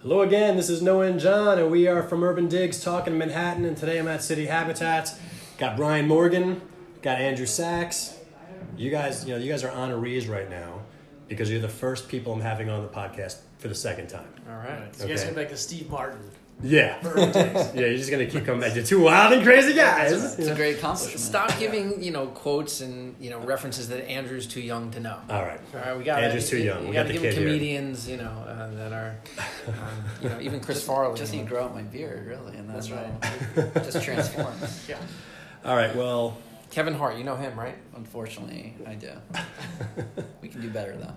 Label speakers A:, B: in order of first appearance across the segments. A: Hello again, this is Noah and John, and we are from Urban Digs talking Manhattan, and today I'm at City Habitats. Got Brian Morgan, got Andrew Sachs. You guys, you know, you guys are honorees right now because you're the first people I'm having on the podcast for the second time.
B: All right. So you guys
A: Okay.
B: get back to Steve Martin.
A: Yeah.
B: Urban Digs.
A: Yeah, you're just gonna keep coming back. You're two wild and crazy guys.
C: It's a great accomplishment.
B: Stop giving, you know, quotes and, you know, references that Andrew's too young to know.
A: All right.
B: All right, we got
A: Andrew's too young.
B: You
A: We
B: gotta
A: got the kid
B: give
A: here.
B: comedians, you know, uh, that are, um, you know, even Chris
C: just,
B: Farley.
C: Just
B: you
C: need to
B: know.
C: grow out my beard, really, and then
B: That's right.
C: I'll- just transforms.
B: Yeah.
A: All right. Well,
B: Kevin Hart, you know him, right?
C: Unfortunately, I do. we can do better though.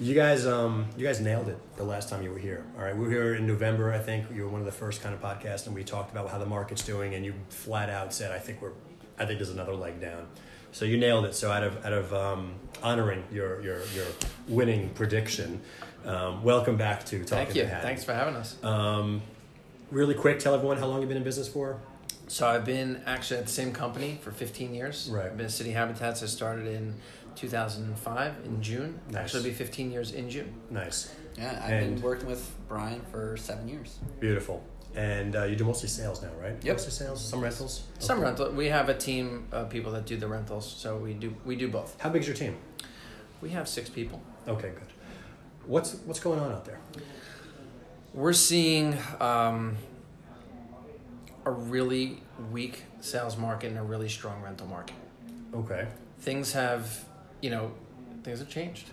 A: You guys, um, you guys nailed it the last time you were here. All right, we were here in November, I think. You were one of the first kind of podcasts, and we talked about how the market's doing, and you flat out said, "I think we're, I think there's another leg down." So you nailed it. So out of out of um, honoring your your your winning prediction, um, welcome back to Um, Talking
B: Thank you.
A: Manhattan.
B: Thanks for having us.
A: Really quick, tell everyone how long you've been in business for.
B: So I've been actually at the same company for 15 years.
A: Right.
B: I've been at City Habitats. I started in 2005 in June.
A: Nice.
B: Actually, it'll be 15 years in June.
A: Nice,
C: Yeah, I've
A: And-
C: been working with Brian for seven years.
A: beautiful, and uh, you do mostly sales now, right?
C: Yep.
A: Mostly sales, some rentals.
B: Some rental. We have a team of people that do the rentals, so we do we do both.
A: How big is your team?
B: We have six people.
A: Okay, good. What's what's going on out there?
B: We're seeing um, a really weak sales market and a really strong rental market.
A: Okay.
B: Things have, you know, things have changed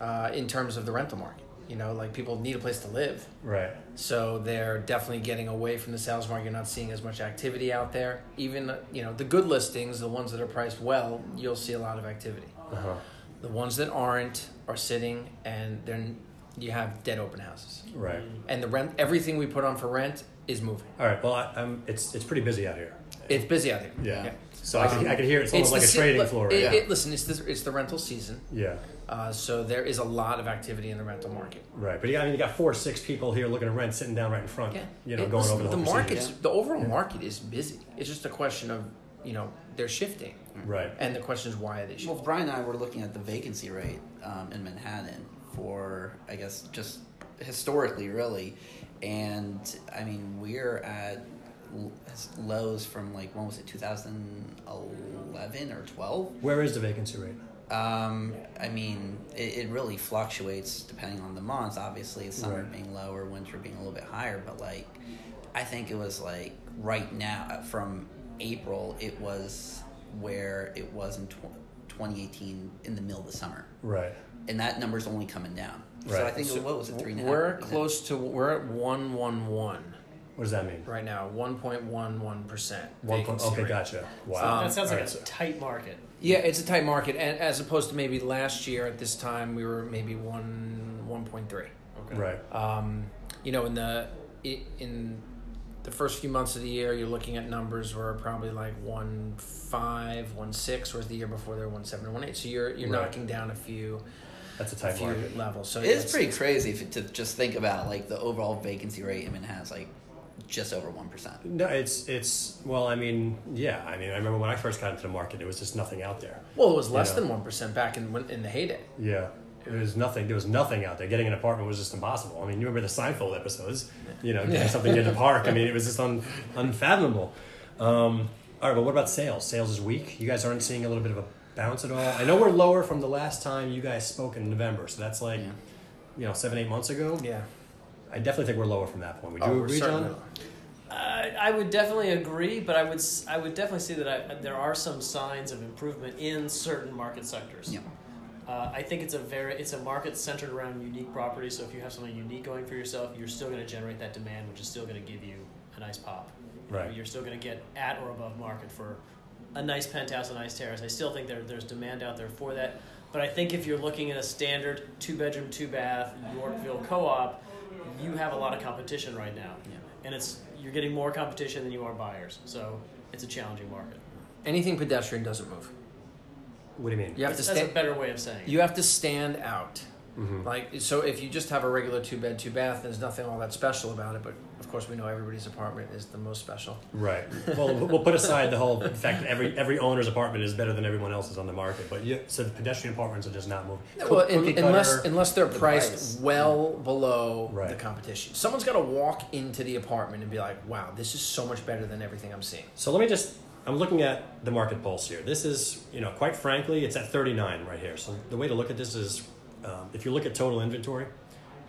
B: uh, in terms of the rental market. You know, like people need a place to live.
A: Right.
B: So they're definitely getting away from the sales market. You're not seeing as much activity out there. Even you know the good listings, the ones that are priced well, you'll see a lot of activity.
A: Uh-huh.
B: The ones that aren't are sitting, and then you have dead open houses.
A: Right.
B: And the rent, everything we put on for rent is moving.
A: All right. Well, I, I'm, it's it's pretty busy out here.
B: It's busy out there.
C: Yeah.
A: So I can I can hear it's
B: It's
A: almost like
B: the
A: a
B: se-
A: trading
B: look,
A: floor.
B: It,
A: yeah.
B: it- listen, it's the, it's the rental season,
A: yeah.
B: uh, so there is a lot of activity in the rental market.
A: Right. But you got, I mean, you got four, six people here looking to rent, sitting down right in front. You know,
B: It-
A: going
B: listen,
A: over the, whole
B: market's
C: procedure.
B: the overall market is busy. It's just a question of you know they're shifting.
A: procedure. Right.
B: And the question is why are they
C: Well,
B: shifting?
C: Brian and I were looking at the vacancy rate um, in Manhattan for, I guess, just historically, really. And I mean, we're at l- lows from like, when was it, 2011 or 12?
A: Where is the vacancy rate?
C: Um, I mean, it, it really fluctuates depending on the months. Obviously, summer
A: Right.
C: being lower, winter being a little bit higher. But like, I think it was like right now uh, from April, it was where it was in tw- 2018 in the middle of the summer,
A: Right.
C: and that number's only coming down.
A: Right.
C: So I think it
B: So
C: was what was it three and a half?
B: We're
C: Yeah.
B: close to we're at one one one
A: What does that mean?
B: right now, one point one one percent.
A: One point. Okay, gotcha. Wow.
D: that sounds
A: Um, All
D: like
A: right,
D: a
A: so-
D: tight market.
B: Yeah, it's a tight market, and as opposed to maybe last year at this time, we were maybe one one point three.
D: Okay.
A: Right.
B: Um, you know, in the i- in the first few months of the year, you're looking at numbers were probably like one five, one six, whereas the year before they were one seven or one eight. So you're you're
A: Right.
B: knocking down a few
A: That's a
B: a
A: tight
B: few
A: market.
B: levels. So
C: It is
B: it's-
C: pretty crazy if, to just think about like the overall vacancy rate in Manhattan is like just over one percent.
A: No, it's it's well, I mean, yeah, I mean, I remember when I first got into the market, there was just nothing out there.
B: Well, it was less
A: Yeah.
B: than one percent back in when- in the heyday.
A: Yeah. There was nothing. There was nothing out there. Getting an apartment was just impossible. I mean, you remember the Seinfeld episodes, you know, getting something in the park. I mean, it was just un, unfathomable. Um, all right, but what about sales? Sales is weak. You guys aren't seeing a little bit of a bounce at all. I know we're lower from the last time you guys spoke in November, so that's like,
C: Yeah.
A: you know, seven eight months ago.
B: Yeah.
A: I definitely think we're lower from that point. Would you
B: Oh, we're
A: agree,
B: certainly
A: John?
B: lower.
D: Uh, I would definitely agree, but I would s- I would definitely say that I, there are some signs of improvement in certain market sectors.
C: Yeah.
D: Uh, I think it's a very it's a market centered around unique properties. So if you have something unique going for yourself, you're still going to generate that demand, which is still going to give you a nice pop. You know,
A: Right.
D: You're still going to get at or above market for a nice penthouse, a nice terrace. I still think there there's demand out there for that. But I think if you're looking at a standard two bedroom, two bath Yorkville co-op, you have a lot of competition right now,
C: Yeah.
D: and it's you're getting more competition than you are buyers. So it's a challenging market.
B: Anything pedestrian doesn't move.
A: What do you mean?
B: You have
D: That's,
B: to
D: that's a
B: stand.
D: better way of saying. it.
B: You have to stand out. Like so, if you just have a regular two bed, two bath, there's nothing all that special about it. But of course, we know everybody's apartment is the most special.
A: Right. Well, we'll put aside the whole fact that every every owner's apartment is better than everyone else's on the market. But yeah, so the pedestrian apartments are just not moving.
B: well,
A: Cookie
B: in,
A: cutter,
B: unless unless they're priced
C: price.
B: well below
A: Right.
B: the competition, someone's got to walk into the apartment and be like, "Wow, this is so much better than everything I'm seeing."
A: So let me just. I'm looking at the market pulse here. This is, you know, quite frankly, it's at 39 right here. So the way to look at this is, um, if you look at total inventory,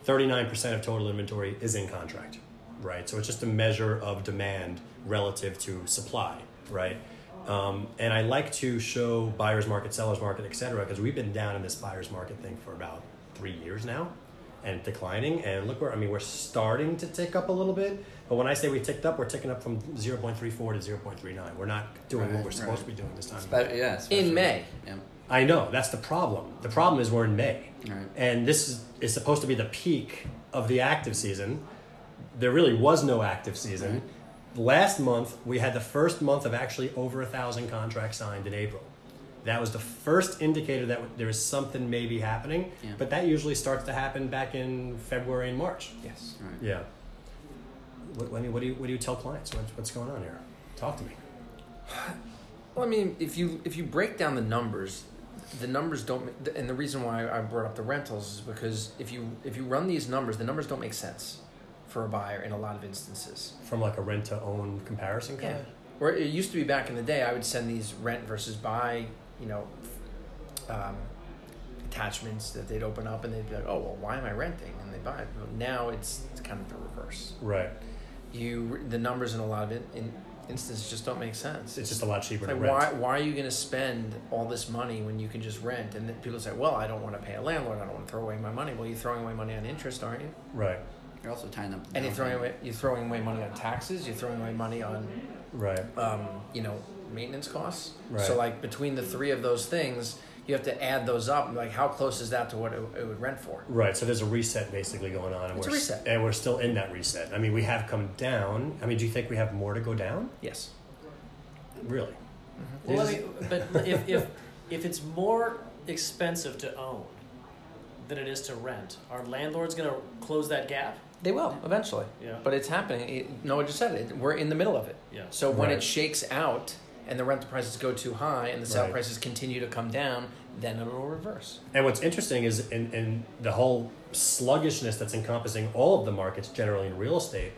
A: 39% of total inventory is in contract, right? So it's just a measure of demand relative to supply, right? Um, and I like to show buyer's market, seller's market, et cetera, because we've been down in this buyer's market thing for about three years now and declining. And look where I mean, we're starting to tick up a little bit. But when I say we ticked up, we're ticking up from 0.34 to 0.39. We're not doing what
C: Right,
A: we're supposed to be doing this time.
C: But, yeah, especially-
B: May.
C: Yeah.
A: I know that's the problem. The problem is we're in May,
C: Right.
A: and this is, is supposed to be the peak of the active season. There really was no active season. Last month we had the first month of actually over a thousand contracts signed in April. That was the first indicator that there is something maybe happening.
C: Yeah.
A: But that usually starts to happen back in February and March.
B: Yes.
C: Right.
A: Yeah. What, I mean, what do you what do you tell clients? What's, what's going on here? Talk to me.
B: Well, I mean, if you if you break down the numbers, the numbers don't. ma- And the reason why I brought up the rentals is because if you if you run these numbers, the numbers don't make sense for a buyer in a lot of instances.
A: From like a rent to own comparison. kind
B: Yeah.
A: of?
B: Or it used to be back in the day, I would send these rent versus buy, you know, um, attachments that they'd open up and they'd be like, oh, well, why am I renting? And they buy it. But now it's, it's kind of the reverse.
A: Right.
B: You The numbers in a lot of in, in instances just don't make sense.
A: It's just a lot cheaper
B: It's
A: to
B: like,
A: rent.
B: why, why are you going to spend all this money when you can just rent? And then people say, well, I don't want to pay a landlord. I don't want to throw away my money. Well, you're throwing away money on interest, aren't you?
A: Right,
C: You're also tying up. the
B: And you're
C: downtime.
B: throwing away, you're throwing away money on taxes. You're throwing away money on
A: right.
B: um, you know maintenance costs.
A: Right.
B: So like between the three of those things, you have to add those up. and, Like how close is that to what it, it would rent for?
A: Right, so there's a reset basically going on. And
B: It's a
A: we're, s-
B: reset.
A: And we're still in that reset. I mean, we have come down. I mean, do you think we have more to go down?
B: Yes.
A: Really?
D: Well, let
A: Is-
D: me, but if, if, if it's more expensive to own than it is to rent, are landlords going to close that gap?
B: They will eventually.
D: Yeah.
B: But it's happening. It, Noah just said it. We're in the middle of it.
D: Yeah.
B: So when
A: Right.
B: it shakes out and the rental prices go too high and the sale
A: Right.
B: prices continue to come down, then it'll reverse.
A: And what's interesting is in, in the whole sluggishness that's encompassing all of the markets generally in real estate,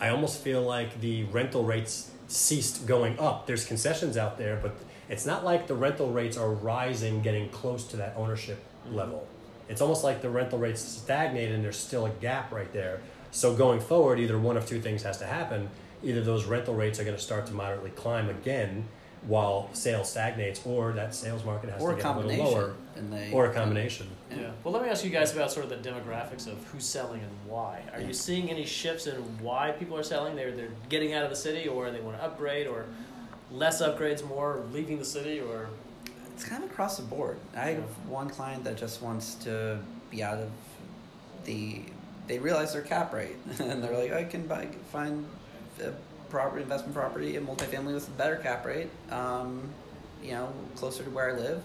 A: I almost feel like the rental rates ceased going up. There's concessions out there, but it's not like the rental rates are rising, getting close to that ownership level. It's almost like the rental rates stagnate and there's still a gap right there. So going forward, either one of two things has to happen. Either those rental rates are going to start to moderately climb again while sales stagnates, or that sales market has
C: Or
A: to
C: a
A: get a little
C: combination.
A: lower
C: and they,
A: or a combination.
D: Yeah. Well, let me ask you guys about sort of the demographics of who's selling and why. Are you seeing any shifts in why people are selling? They're they're getting out of the city, or they want to upgrade, or less upgrades, more leaving the city, or
C: It's kind of across the board. I have one client that just wants to be out of the. They realize their cap rate, and they're like, I can buy find a property investment property in multifamily with a better cap rate. Um, you know, closer to where I live.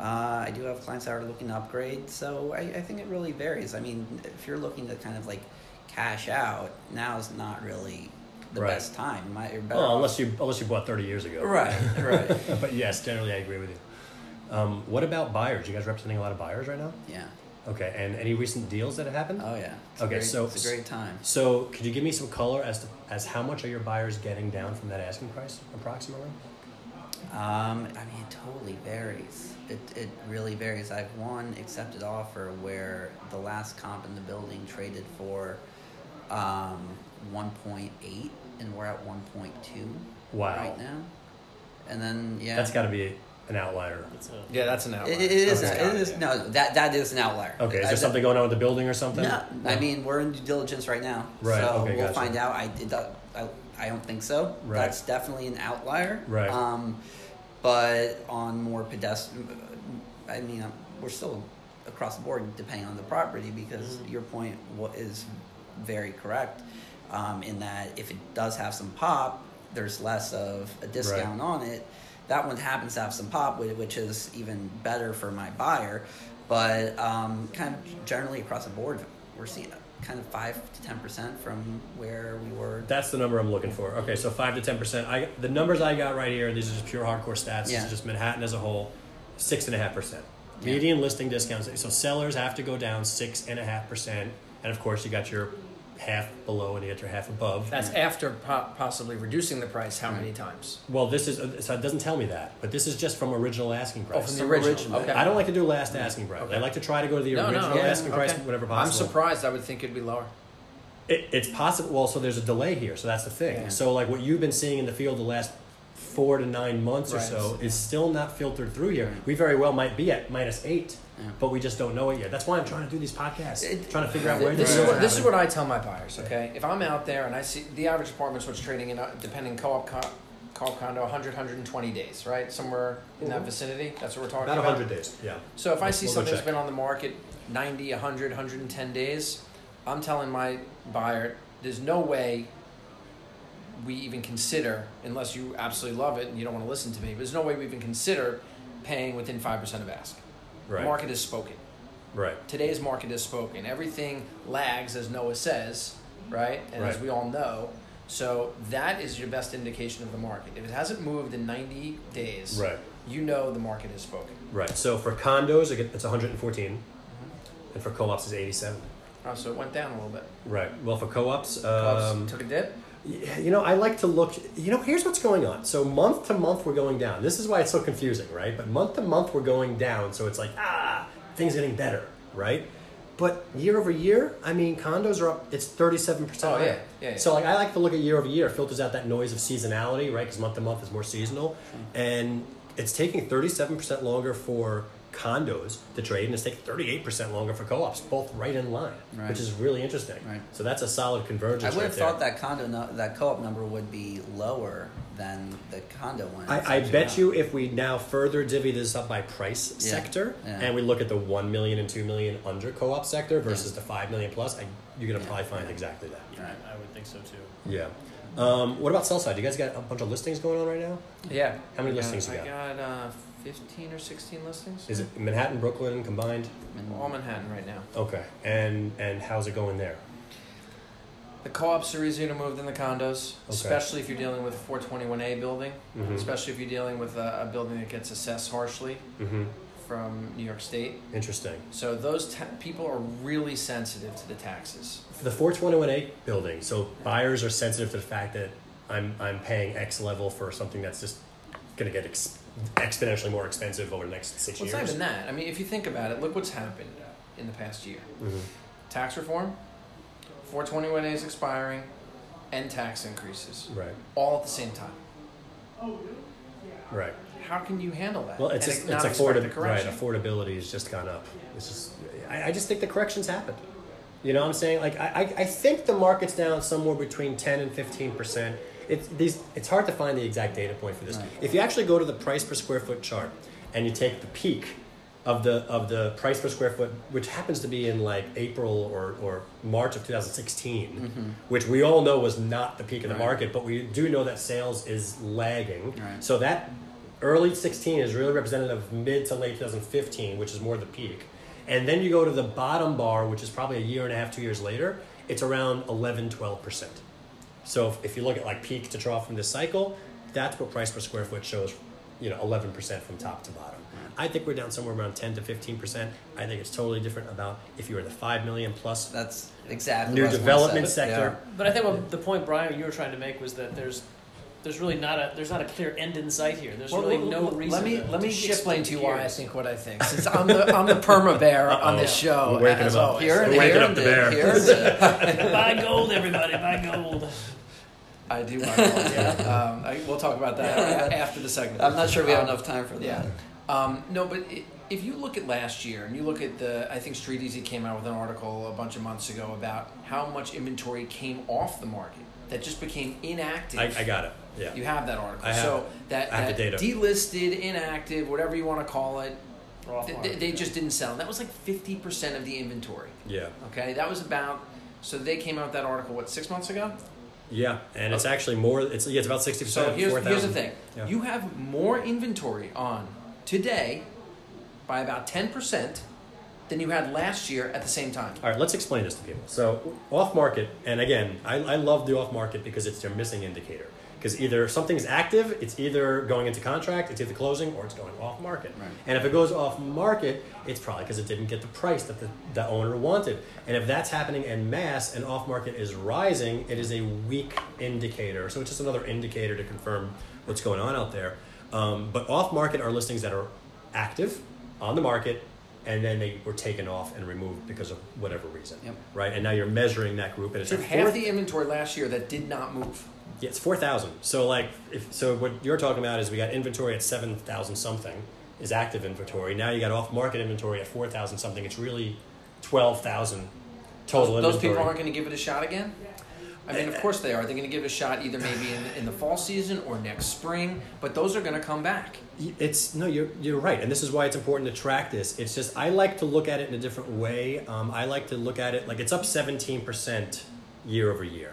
C: Uh, I do have clients that are looking to upgrade, so I, I think it really varies. I mean, if you're looking to kind of like cash out, now is not really the
A: Right.
C: best time. My, you're better
A: Well,
C: off-
A: unless you unless you bought thirty years ago,
C: Uh, right, right,
A: but yes, generally I agree with you. Um, what about buyers? You guys representing a lot of buyers right now?
C: yeah.
A: Okay, and any recent deals that have happened?
C: Oh yeah. It's a
A: Okay,
C: great-
A: so-
C: it's a great time.
A: so, could you give me some color as to as how much are your buyers getting down from that asking price approximately?
C: Um, I mean, it totally varies. It it really varies. I've one accepted offer where the last comp in the building traded for, um, one point eight, and we're at one point two.
A: Wow.
C: Right now, and then yeah.
A: That's got to be an outlier.
D: it's a
B: Yeah, that's an outlier.
C: It, it is.
A: Okay.
C: It is no. That that is an outlier.
A: Okay, is
C: I-
A: there something going on with the building or something?
C: No, I mean we're in due diligence right now,
A: Right,
C: So
A: okay,
C: we'll
A: gotcha.
C: find out. I did that. I, I don't think so.
A: Right.
C: That's definitely an outlier.
A: Right.
C: Um, but on more pedestrian, I mean um, we're still across the board depending on the property because
A: Mm-hmm.
C: your point wa- is very correct um, in that if it does have some pop, there's less of a discount on it. That one happens to have some pop, whi- which is even better for my buyer. But um, kind of generally across the board, we're seeing kind of five to ten percent from where we were.
A: That's the number I'm looking for. Okay, so five to ten percent. I the numbers I got right here. These are just pure hardcore stats. This
C: Yeah.
A: is just Manhattan as a whole, six and a half percent. Median listing discounts. So sellers have to go down six and a half percent, and of course you got your half below and you got your half above.
B: That's after po- possibly reducing the price how many times?
A: well, this is so it doesn't tell me that, but this is just from original asking price.
B: Oh, from the original.
C: original.
B: Okay.
A: I don't like to do last asking price.
B: Okay.
A: I like to try to go to the
B: No, no,
A: original
B: yeah,
A: asking price,
B: okay.
A: whatever possible.
B: I'm surprised. I would think it'd be lower.
A: It, it's possible. Well, so there's a delay here, so that's the thing.
C: Yeah.
A: So like what you've been seeing in the field the last four to nine months or
B: Right.
A: so is still not filtered through here.
C: Right.
A: We very well might be at minus eight,
C: Yeah.
A: but we just don't know it yet. That's why I'm trying to do these podcasts,
C: It-
A: trying to figure out where
B: This
A: this
B: is,
A: is.
B: what, this is what I tell my buyers. Okay, if I'm out there and I see the average apartment's what's trading in, uh, depending co-op con, co-op condo, 100, 120 days, right? Somewhere in that vicinity. That's what we're talking
A: Mhm. Not
B: about.
A: hundred days. Yeah.
B: So if I see
A: We'll go
B: something that's
A: check.
B: been on the market 90, 100, 110 days, I'm telling my buyer, there's no way we even consider, unless you absolutely love it and you don't want to listen to me, but there's no way we even consider paying within 5% of ask.
A: Right.
B: Market is spoken.
A: Right.
B: Today's market is spoken. Everything lags, as Noah says, right? And as
A: Right.
B: we all know. So that is your best indication of the market. If it hasn't moved in 90 days,
A: Right.
B: you know the market is spoken.
A: Right. So for condos, it get- it's 114, and for co-ops is 87.
B: Oh, so it went down a little bit.
A: Right. Well, for co-ops,
B: Clubs
A: um,
B: took a dip.
A: Yeah, you know, I like to look. You know, here's what's going on. So month to month, we're going down. This is why it's so confusing, right? But month to month, we're going down. So it's like ah, things getting better, right? But year over year, I mean, condos are up. It's thirty seven percent.
B: Oh, yeah. Yeah, yeah.
A: So like, I like to look at year over year. It filters out that noise of seasonality, right? Because month to month is more seasonal, and it's taking thirty seven percent longer for condos to trade, and it's taking thirty eight percent longer for co ops, both right in line,
C: Right.
A: which is really interesting.
C: Right.
A: So that's a solid convergence.
C: I would
A: right
C: have
A: there.
C: thought that condo nu- that co-op number would be lower than the condo one. It's
A: I, I
C: actually
A: bet
C: not.
A: you if we now further divvy this up by price
C: Yeah,
A: sector
C: yeah.
A: and we look at the 1 million and 2 million under co-op sector versus the 5 million plus, I, you're going to
C: Yeah,
A: probably find
C: yeah.
A: exactly that.
D: Yeah, I, I would think so too.
A: Yeah. Um, what about sell side? You guys got a bunch of listings going on right now?
B: Yeah.
A: How many listings you
B: I
A: got?
B: got uh, 15 or 16 listings.
A: Is it Manhattan, Brooklyn combined?
C: And-
B: all Manhattan right now?
A: Okay. And and how's it going there?
B: The co-ops are easier to move than the condos,
A: Okay.
B: especially if you're dealing with a 421A building,
A: Mhm.
B: especially if you're dealing with a, a building that gets assessed harshly
A: Mm-hmm.
B: from New York State.
A: Interesting.
B: So those ta- people are really sensitive to the taxes.
A: The 421A building. So buyers are sensitive to the fact that I'm I'm paying X level for something that's just going to get ex- exponentially more expensive over the next six
B: Well, it's
A: years.
B: not even that. I mean, if you think about it, look what's happened in the past year.
A: Mhm.
B: Tax reform, 421A is expiring, and tax increases,
A: Right,
B: all at the same time.
A: right.
B: How can you handle that?
A: Well, it's
B: And
A: just,
B: not
A: it's
B: expect
A: affordab-
B: a
A: right,
B: correction?
A: affordability has just gone up. It's just, I, I just think the corrections happened. You know what I'm saying? Like, I, I, I think the market's down somewhere between 10 and 15%. It's, these, it's hard to find the exact data point for this.
C: Right.
A: If you actually go to the price per square foot chart and you take the peak of the, of the price per square foot, which happens to be in like April or, or March of 2016, which we all know was not the peak of the
C: Right.
A: market, but we do know that sales is lagging.
C: Right.
A: So that early 16 is really representative of mid to late 2015, which is more the peak. And then you go to the bottom bar, which is probably a year and a half, two years later, it's around 11, 12%. So if, if you look at like peak to trough from this cycle, that's what price per square foot shows, you know, 11% from top to bottom. I think we're down somewhere around 10 to 15%. I think it's totally different about if you were the 5 million plus
C: That's exactly
A: new
C: what I was gonna
A: development
C: say.
A: sector.
D: But I think what the point Brian you were trying to make was that there's there's really not a there's not a clear end in sight here. There's
B: Well,
D: really
B: well,
D: no
B: well,
D: reason.
B: Let me
D: to,
B: let me
D: to shift
B: explain to you why I
D: gears.
B: think what I think. Since I'm the I'm the perma bear on this
A: Uh-oh.
B: show.
A: We're waking
B: as
A: him up.
B: always.
C: Here and
A: We're waking
C: here
A: up
C: and
A: the
C: there.
A: bear.
C: Here and there.
D: buy gold, everybody. Buy gold.
B: I do. want to um, I, we'll talk about that a- after the segment.
C: I'm not sure we have
B: Um,
C: enough time for that.
B: Yeah. Um, no, but i if you look at last year and you look at the, I think Street Easy came out with an article a bunch of months ago about how much inventory came off the market that just became inactive.
A: I, I got it. Yeah.
B: You have that article.
A: I have
B: so
A: it.
B: that,
A: I have
B: that
A: the data.
B: delisted, inactive, whatever you want to call it,
D: We're off
B: th-
D: mark.
B: th- they just didn't sell. That was like 50% of the inventory.
A: yeah.
B: Okay, that was about. So they came out with that article what six months ago.
A: Yeah. And it's actually more, it's, yeah, it's about 60%.
B: So
A: of
B: here's, here's
A: 4,000.
B: the thing:
A: Yeah.
B: you have more inventory on today by about ten percent than you had last year at the same time.
A: All right, let's explain this to people. So, off market, and again, I, I love the off market because it's their missing indicator. Because either something's active, it's either going into contract, it's either closing, or it's going off market.
C: Right.
A: And if it goes off market, it's probably because it didn't get the price that the, the owner wanted. And if that's happening en masse and off market is rising, it is a weak indicator. So, it's just another indicator to confirm what's going on out there. Um, but off market are listings that are active on the market and then they were taken off and removed because of whatever reason,
C: Yep.
A: right? And now you're measuring that group, and it's
B: So
A: like
B: half
A: four,
B: the inventory last year that did not move.
A: yeah, it's four thousand. So like, if so, what you're talking about is we got inventory at seven thousand something is active inventory. Now you got off market inventory at four thousand something. It's really twelve thousand total
B: Those
A: inventory.
B: people aren't going to give it a shot again. I mean, of course they are. They're going to give it a shot either maybe in, in the fall season or next spring. But those are going to come back.
A: it's no you're, you're right and this is why it's important to track this it's just i like to look at it in a different way um, i like to look at it like it's up 17% year over year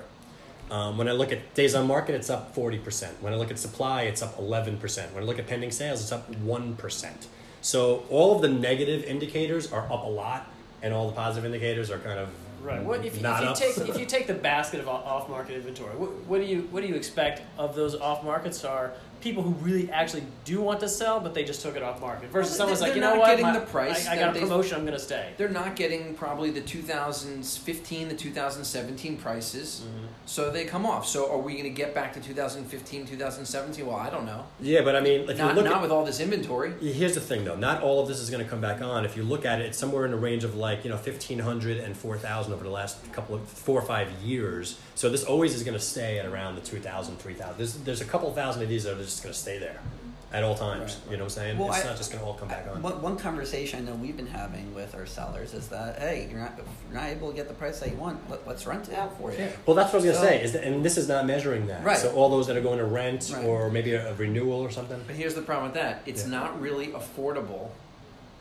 A: um, when i look at days on market it's up 40% when i look at supply it's up 11% when i look at pending sales it's up 1% so all of the negative indicators are up a lot and all the positive indicators are kind of
D: Right. What if, if
A: Not
D: you
A: up.
D: take if you take the basket of off market inventory? What, what do you what do you expect of those off markets? Are people who really actually do want to sell, but they just took it off market versus
B: Well, they-
D: someone's like,
B: they're
D: you
B: not
D: know what,
B: getting
D: My-
B: the price
D: I, I
B: that
D: got a
B: they-
D: promotion. I'm going to stay.
B: They're not getting probably the 2015, the 2017 prices.
A: Mm-hmm.
B: So they come off. So are we going to get back to 2015, 2017? Well, I don't know.
A: yeah but i mean if you
B: Not,
A: look
B: not
A: at,
B: with all this inventory.
A: Here's the thing, though. Not all of this is going to come back on. If you look at it, it's somewhere in the range of like you know 1,500 and 4,000 over the last couple of four or five years. So this always is going to stay at around the 2,000, 3,000. There's, there's a couple thousand of these that are just going to stay there at all times.
C: Right.
A: You know what I'm saying?
C: Well,
A: it's
C: I-
A: not just going to all come back on.
C: One, one conversation I know we've been having with our sellers is that hey, you're not, if you're not able to get the price that you want. Let, let's rent it out for you.
A: well, that's what I was
C: So-
A: going to say. Is that, and this is not measuring that.
C: Right.
A: So all those that are going to rent
C: Right.
A: or maybe a, a renewal or something.
B: But here's the problem with that it's
A: Yeah.
B: not really affordable.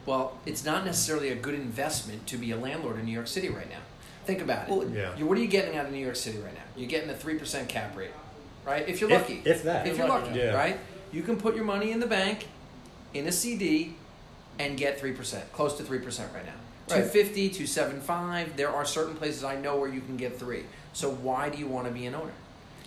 B: Well, it's not necessarily a good investment to be a landlord in New York City right now. Think about it.
C: Well,
A: Yeah.
B: You- what are you getting out of New York City right now? You're getting a 3% cap rate, right? If you're
A: If-
B: lucky.
A: if that.
B: If you're lucky,
A: Yeah.
B: right? You can put your money in the bank, in a CD, and get 3%, close to 3% right now.
C: Right.
B: 250, 275. There are certain places I know where you can get 3. So why do you want to be an owner?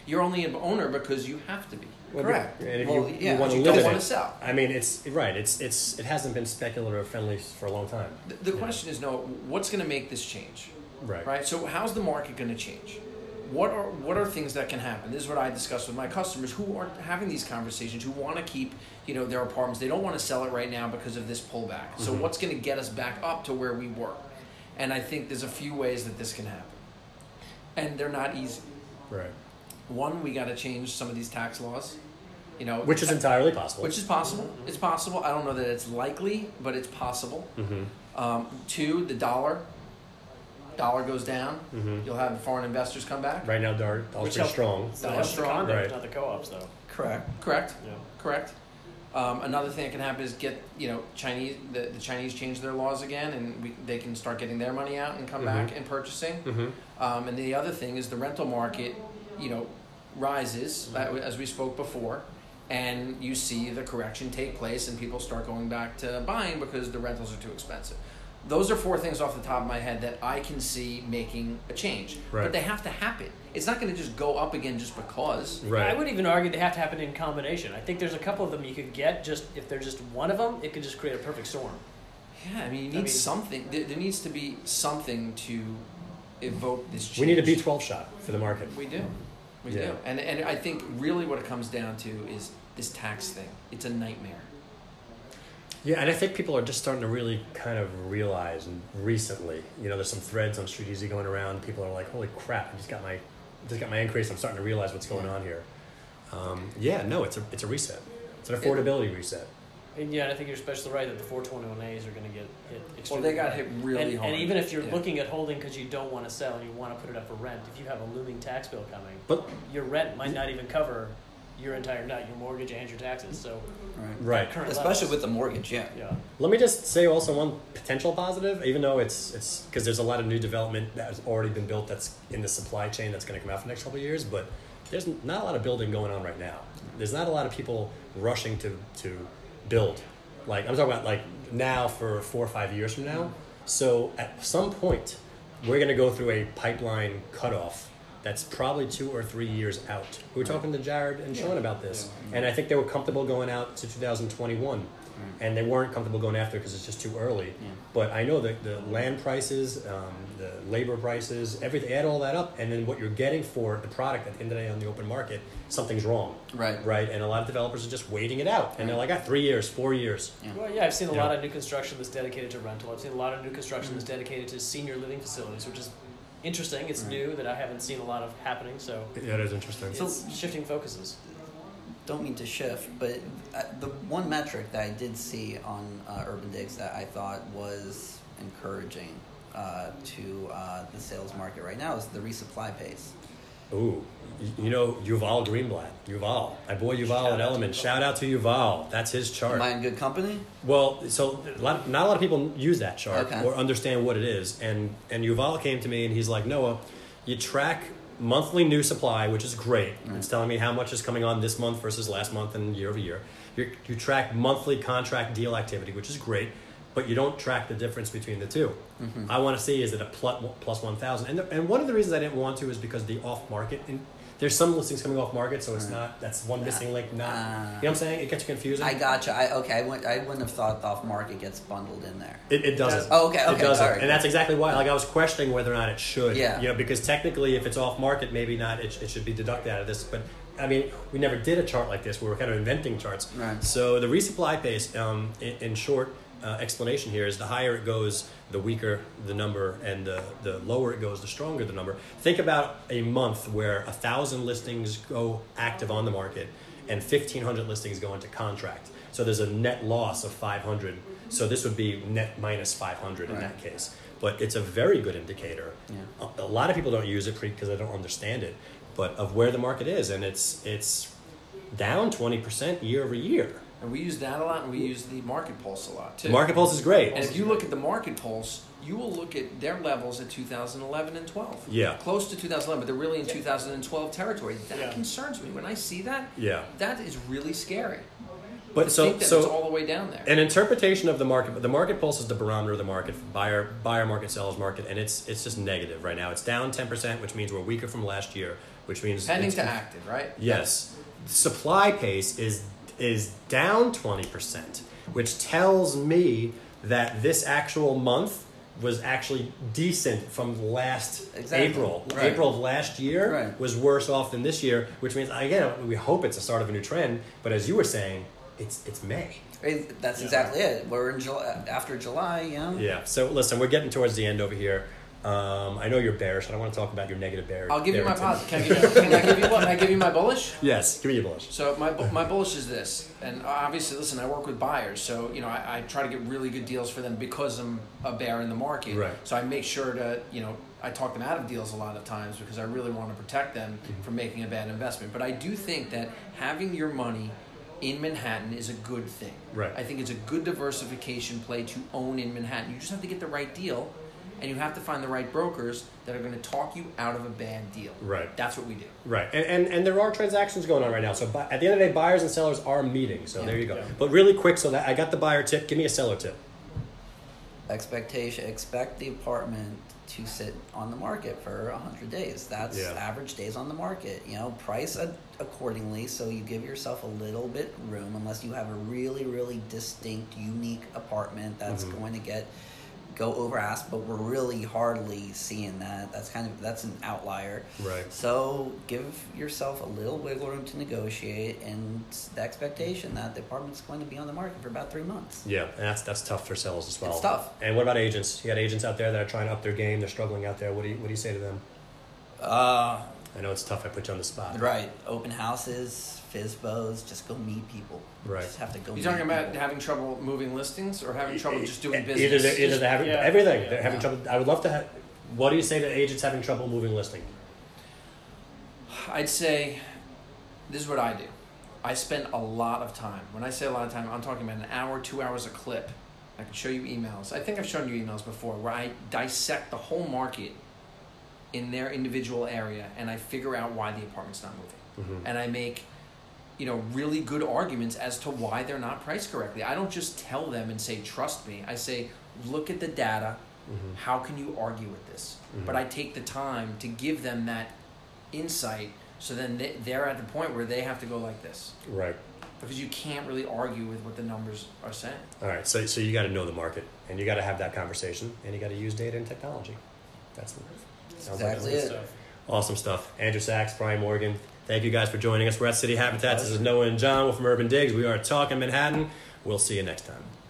B: You're only an owner because you have to be.
A: Well,
C: Correct.
A: And if
C: Well,
A: you,
C: yeah,
A: want to
C: but you
A: live
C: don't
A: in
B: wanna
A: it.
B: sell.
A: I mean, it's right. It's it's it hasn't been speculative friendly for a long time.
B: The, the
A: Yeah.
B: question is, no, what's going to make this change,
A: Right.
B: right? So how's the market going to change? What are what are things that can happen? This is what I discuss with my customers who are having these conversations, who want to keep, you know, their apartments. They don't want to sell it right now because of this pullback. So
A: Mm-hmm.
B: what's going to get us back up to where we were? And I think there's a few ways that this can happen, and they're not easy.
A: Right.
B: One, we got to change some of these tax laws, you know,
A: Which is entirely possible.
B: which is possible. It's possible. I don't know that it's likely, but it's possible.
A: Mm-hmm.
B: Um, two, the dollar. Dollar goes down.
A: Mhm.
B: You'll have foreign investors come back.
A: Right now, dollar dollar's
D: Which
A: pretty
D: help-
A: strong.
D: It's
B: Dollar
D: not the
B: strong,
D: condos,
A: right.
D: not the co-ops though.
C: Correct.
B: Correct.
D: Yeah.
B: Correct. Um, another thing that can happen is get you know Chinese the, the Chinese change their laws again, and we, they can start getting their money out and come back and purchasing.
A: Mm-hmm.
B: Um, and the other thing is the rental market, you know, rises uh, as we spoke before, and you see the correction take place, and people start going back to buying because the rentals are too expensive. Those are four things off the top of my head that I can see making a change,
A: Right.
B: but they have to happen. It's not going to just go up again just because.
A: Right.
D: I would even argue they have to happen in combination. I think there's a couple of them you could get just if there's just one of them, it could just create a perfect storm.
B: Yeah, I mean, you need
D: mean-
B: something. There, there needs to be something to evoke this change.
A: we need a B twelve shot for the market.
B: We do. We
A: Yeah.
B: do. And and I think really what it comes down to is this tax thing. It's a nightmare.
A: Yeah, and I think people are just starting to really kind of realize and recently. You know, there's some threads on Street Easy going around. People are like, "Holy crap! I just got my, just got my increase. I'm starting to realize what's going on here." Um, yeah, no, it's a it's a reset. It's an affordability reset.
D: And yeah, I think you're especially right that the 421As are going to get hit
B: Well,
D: extremely
B: they got
D: hard.
B: hit really
D: and,
B: hard.
D: and even if you're
B: Yeah.
D: looking at holding because you don't want to sell and you want to put it up for rent, if you have a looming tax bill coming,
A: But
D: your rent might not even cover your entire nut, your mortgage and your taxes. So,
C: Right.
A: right,
D: current
C: Especially
D: levels-
C: with the mortgage, yeah.
D: yeah,
A: Let me just say also one potential positive, even though it's it's because there's a lot of new development that has already been built that's in the supply chain that's going to come out for the next couple of years. But there's not a lot of building going on right now. There's not a lot of people rushing to to build. Like I'm talking about like now for four or five years from now, So at some point, we're going to go through a pipeline cutoff that's probably two or three years out. We were talking to Jared and Sean about this, and I think they were comfortable going out to 2021, and they weren't comfortable going after because it's just too early. But I know that the land prices, um, the labor prices, everything, add all that up, and then what you're getting for the product at the end of the day on the open market, something's wrong.
C: Right.
A: Right. And a lot of developers are just waiting it out, and they're like, I got three years, four years.
D: Well, yeah, I've seen a
A: Yeah.
D: lot of new construction that's dedicated to rental. I've seen a lot of new construction
B: Mm.
D: that's dedicated to senior living facilities, which is interesting. It's new that I haven't seen a lot of happening, so
A: Yeah, that is interesting.
D: it's shifting focuses.
C: don't mean to shift, but uh, the one metric that I did see on uh, Urban Digs that I thought was encouraging uh, to uh, the sales market right now is the resupply pace.
A: Ooh, y- you know Yuval Greenblatt. Yuval, my boy Yuval
D: Shout out
A: at
D: to
A: Element.
D: Yuval.
A: Shout out to Yuval. That's his chart.
C: Am I in good company?
A: well, so a lot, not a lot of people use that chart
C: Okay.
A: or understand what it is. And and Yuval came to me and he's like, Noah, you track monthly new supply, which is great. It's telling me how much is coming on this month versus last month and year over year. you you track monthly contract deal activity, which is great. But you don't track the difference between the 2
C: Mm-hmm.
A: I want to see is it a plus, plus 1,000? And, the- and one of the reasons I didn't want to is because the off market, and there's some listings coming off market, so it's not, that's one missing link, not, you know what I'm saying? It gets you confusing.
C: Ah. I gotcha. I okay. I wouldn't. I wouldn't have thought the off market gets bundled in there.
A: It, it doesn't.
C: Oh, okay,
A: It
C: okay,
A: doesn't.
C: alright.
A: And that's exactly why. Like I was questioning whether or not it should.
C: Yeah.
A: You know, because technically, if it's off market, maybe not. It, sh- it should be deducted out of this. But I mean, we never did a chart like this. We were kind of inventing charts.
C: Right.
A: So the resupply base, um, in, in short uh, explanation here, is the higher it goes, the weaker the number, and the, the lower it goes, the stronger the number. Think about a month where a thousand listings go active on the market, and fifteen hundred listings go into contract. So there's a net loss of five hundred. So this would be net minus five hundred in that
C: Right.
A: case. But it's a very good indicator.
C: Yeah.
A: A, a lot of people don't use it because they don't understand it, but of where the market is, and it's it's down 20% year over year.
B: And we use that a lot, and we use the market pulse a lot too.
A: Market Pulse is great.
B: And if you look at the market pulse, you will look at their levels at 2011 and 12.
A: Yeah.
B: Close to 2011, but they're really in 2012 territory. That
D: Yeah.
B: concerns me. When I see that,
A: Yeah.
B: that is really scary.
A: But
B: To
A: so
B: think that
A: so
B: it's all the way down there.
A: an interpretation of the market but the market pulse is the barometer of the market buyer buyer market sellers market and it's it's just negative right now it's down 10% which means we're weaker from last year which means
B: Pending
A: it's-
B: to active, right?
A: Yes. Supply pace is is down 20%, which tells me that this actual month was actually decent from last
C: Exactly.
A: April.
C: Right.
A: April of last year
C: Right.
A: was worse off than this year, which means again we hope it's a start of a new trend, but as you were saying, it's it's May.
C: Right, That's exactly it. We're in July, after July. You know.
A: Yeah. So listen, we're getting towards the end over here. Um, I know you're bearish. I don't want to talk about your negative bear.
B: I'll give you my
A: Barrington.
B: positive. Can I give you, can I give you what? Can I give you my bullish?
A: Yes, give me your bullish.
B: So my bu- my bullish is this, and obviously, listen, I work with buyers, so you know I, I try to get really good deals for them because I'm a bear in the market.
A: Right.
B: So I make sure to you know I talk them out of deals a lot of times because I really want to protect them
A: Mm-hmm.
B: from making a bad investment. But I do think that having your money in Manhattan is a good thing.
A: Right.
B: I think it's a good diversification play to own in Manhattan. You just have to get the right deal, and you have to find the right brokers that are going to talk you out of a bad deal.
A: Right.
B: That's what we do.
A: Right, and, and and there are transactions going on right now. So bu at the end of the day, buyers and sellers are meeting. So there you go.
D: Yeah.
A: But really quick, so that I got the buyer tip. Give me a seller tip.
C: Expectation. Expect the apartment to sit on the market for hundred days. That's
A: Yeah.
C: average days on the market. You know, price a- accordingly so you give yourself a little bit room, unless you have a really, really distinct, unique apartment that's
A: Mm-hmm.
C: going to get go over ask. But we're really hardly seeing that. That's kind of that's an outlier.
A: Right.
C: So give yourself a little wiggle room to negotiate, and the expectation that the apartment's going to be on the market for about three months.
A: Yeah, and that's that's tough for sellers as well.
C: It's tough.
A: And what about agents? You got agents out there that are trying to up their game. They're struggling out there. What do you what do you say to them?
C: Uh,
A: I know it's tough. I put you on the spot.
C: Right. Open houses, FISBOs, just go meet people.
A: Right.
C: Just have to go
B: You
C: meet
B: talking about
C: people.
B: having trouble moving listings or having trouble just doing business?
A: E-, Either they're, either they're having
D: Yeah.
A: everything.
D: Yeah.
A: They're having trouble. I would love to. have... What do you say to agents having trouble moving listing?
B: I'd say this is what I do. I spend a lot of time. When I say a lot of time, I'm talking about an hour, two hours a clip. I can show you emails. I think I've shown you emails before where I dissect the whole market in their individual area and I figure out why the apartment's not moving. Mm-hmm.
A: Mm-hmm.
B: And I make you know really good arguments as to why they're not priced correctly. I don't just tell them and say trust me. I say look at the data,
A: Mm-hmm.
B: How can you argue with this? But I take the time to give them that insight, so then they, they're at the point where they have to go like this
A: Right.
B: because you can't really argue with what the numbers are saying.
A: All right. So, so you got to know the market, and you got to have that conversation, and you got to use data and technology. That's the, sounds like
C: Exactly
A: it's-
C: it.
D: stuff.
A: Awesome stuff. Andrew Sachs, Brian Morgan. Thank you guys for joining us. We're at City Habitats. This is Noah and John. We're from Urban Digs. We are talking Manhattan. We'll see you next time.